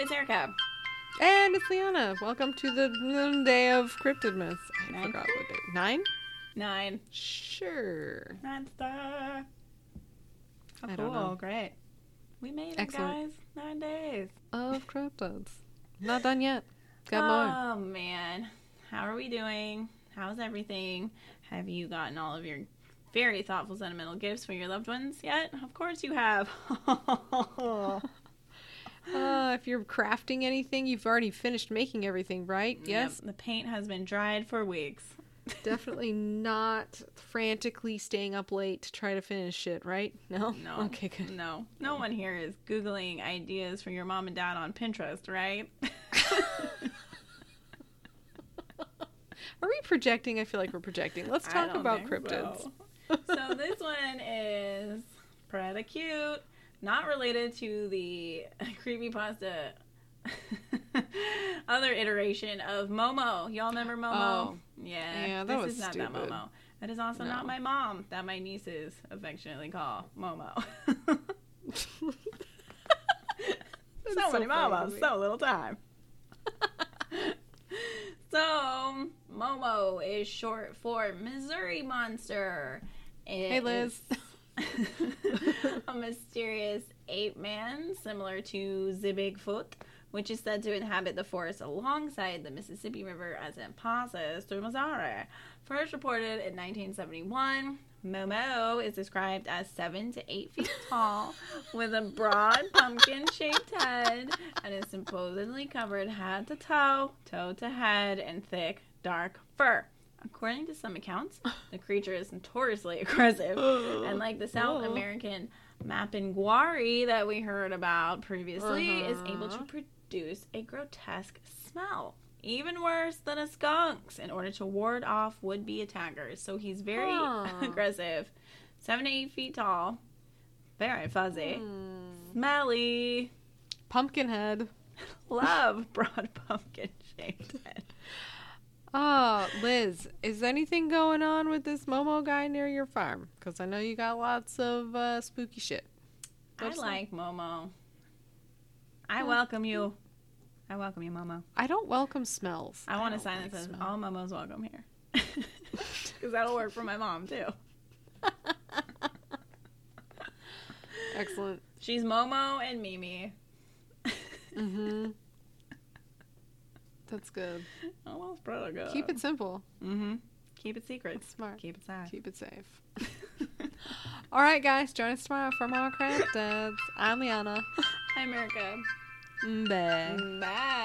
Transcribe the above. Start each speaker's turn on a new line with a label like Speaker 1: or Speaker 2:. Speaker 1: it's Erica.
Speaker 2: And it's Liana. Welcome to the n- day of cryptidness. I
Speaker 1: Nine.
Speaker 2: forgot what day. Nine?
Speaker 1: Nine.
Speaker 2: Sure.
Speaker 1: Nine star. Oh,
Speaker 2: I don't
Speaker 1: cool.
Speaker 2: know.
Speaker 1: Great. We made it,
Speaker 2: Excellent.
Speaker 1: guys. Nine days.
Speaker 2: Of cryptids. Not done yet. Got more.
Speaker 1: Oh, man. How are we doing? How's everything? Have you gotten all of your very thoughtful, sentimental gifts for your loved ones yet? Of course you have. Ah.
Speaker 2: Uh, if you're crafting anything, you've already finished making everything, right? Yes.
Speaker 1: Yep, the paint has been dried for weeks.
Speaker 2: Definitely not frantically staying up late to try to finish it, right? No?
Speaker 1: No.
Speaker 2: Okay, good.
Speaker 1: No. No one here is Googling ideas for your mom and dad on Pinterest, right?
Speaker 2: Are we projecting? I feel like we're projecting. Let's
Speaker 1: I
Speaker 2: talk
Speaker 1: don't
Speaker 2: about
Speaker 1: think
Speaker 2: cryptids.
Speaker 1: So. So this one is pretty cute. Not related to the creepypasta other iteration of Momo. Y'all remember Momo?
Speaker 2: Oh.
Speaker 1: yeah.
Speaker 2: Yeah, that
Speaker 1: this
Speaker 2: was
Speaker 1: is not that
Speaker 2: stupid.
Speaker 1: Momo. That is also not
Speaker 2: No.
Speaker 1: my mom that my nieces affectionately call Momo.
Speaker 2: That's
Speaker 1: so,
Speaker 2: so
Speaker 1: many
Speaker 2: funny to
Speaker 1: mamas,
Speaker 2: me.
Speaker 1: so little time. so Momo is short for Missouri Monster. It
Speaker 2: Hey, Liz.
Speaker 1: is a mysterious ape man similar to the Bigfoot, which is said to inhabit the forest alongside the Mississippi River as it passes through Missouri. First reported in 1971, Momo is described as seven to eight feet tall, with a broad pumpkin shaped head, and is supposedly covered head to toe, toe to head, in thick, dark fur. According to some accounts, the creature is notoriously aggressive, and like the South
Speaker 2: Oh.
Speaker 1: American mapinguari that we heard about previously, is able to
Speaker 2: Uh-huh.
Speaker 1: produce a grotesque smell even worse than a skunk's in order to ward off would be attackers. So he's very
Speaker 2: Huh.
Speaker 1: aggressive, seven to eight feet tall, very fuzzy,
Speaker 2: Hmm.
Speaker 1: smelly,
Speaker 2: Pumpkinhead.
Speaker 1: love broad pumpkin shaped head.
Speaker 2: Oh, Liz, is anything going on with this Momo guy near your farm? Because I know you got lots of uh, spooky shit.
Speaker 1: I
Speaker 2: What's that?
Speaker 1: like Momo. I
Speaker 2: Oh.
Speaker 1: welcome you. I welcome you, Momo.
Speaker 2: I don't welcome smells.
Speaker 1: I want a
Speaker 2: don't
Speaker 1: sign
Speaker 2: like
Speaker 1: that says
Speaker 2: smell.
Speaker 1: "All Momos welcome here," because that'll work for my mom too.
Speaker 2: Excellent.
Speaker 1: She's Momo and Mimi.
Speaker 2: Mm-hmm. That's good.
Speaker 1: Almost Oh, pretty good.
Speaker 2: Keep it simple.
Speaker 1: Mm-hmm. Keep it secret.
Speaker 2: It's smart.
Speaker 1: Keep it sad.
Speaker 2: Keep it safe. All right, guys, join us tomorrow for more craft dads. I'm Liana.
Speaker 1: Hi, America.
Speaker 2: Bye.
Speaker 1: Bye.